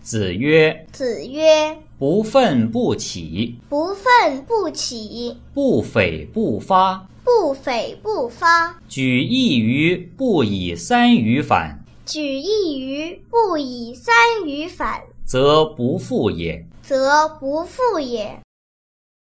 子曰子曰：“不愤不起，：“不愤不起，不悱不发，不悱不发，举一隅不以三隅反，举一隅不以三隅反，则不复也。”则不复也。”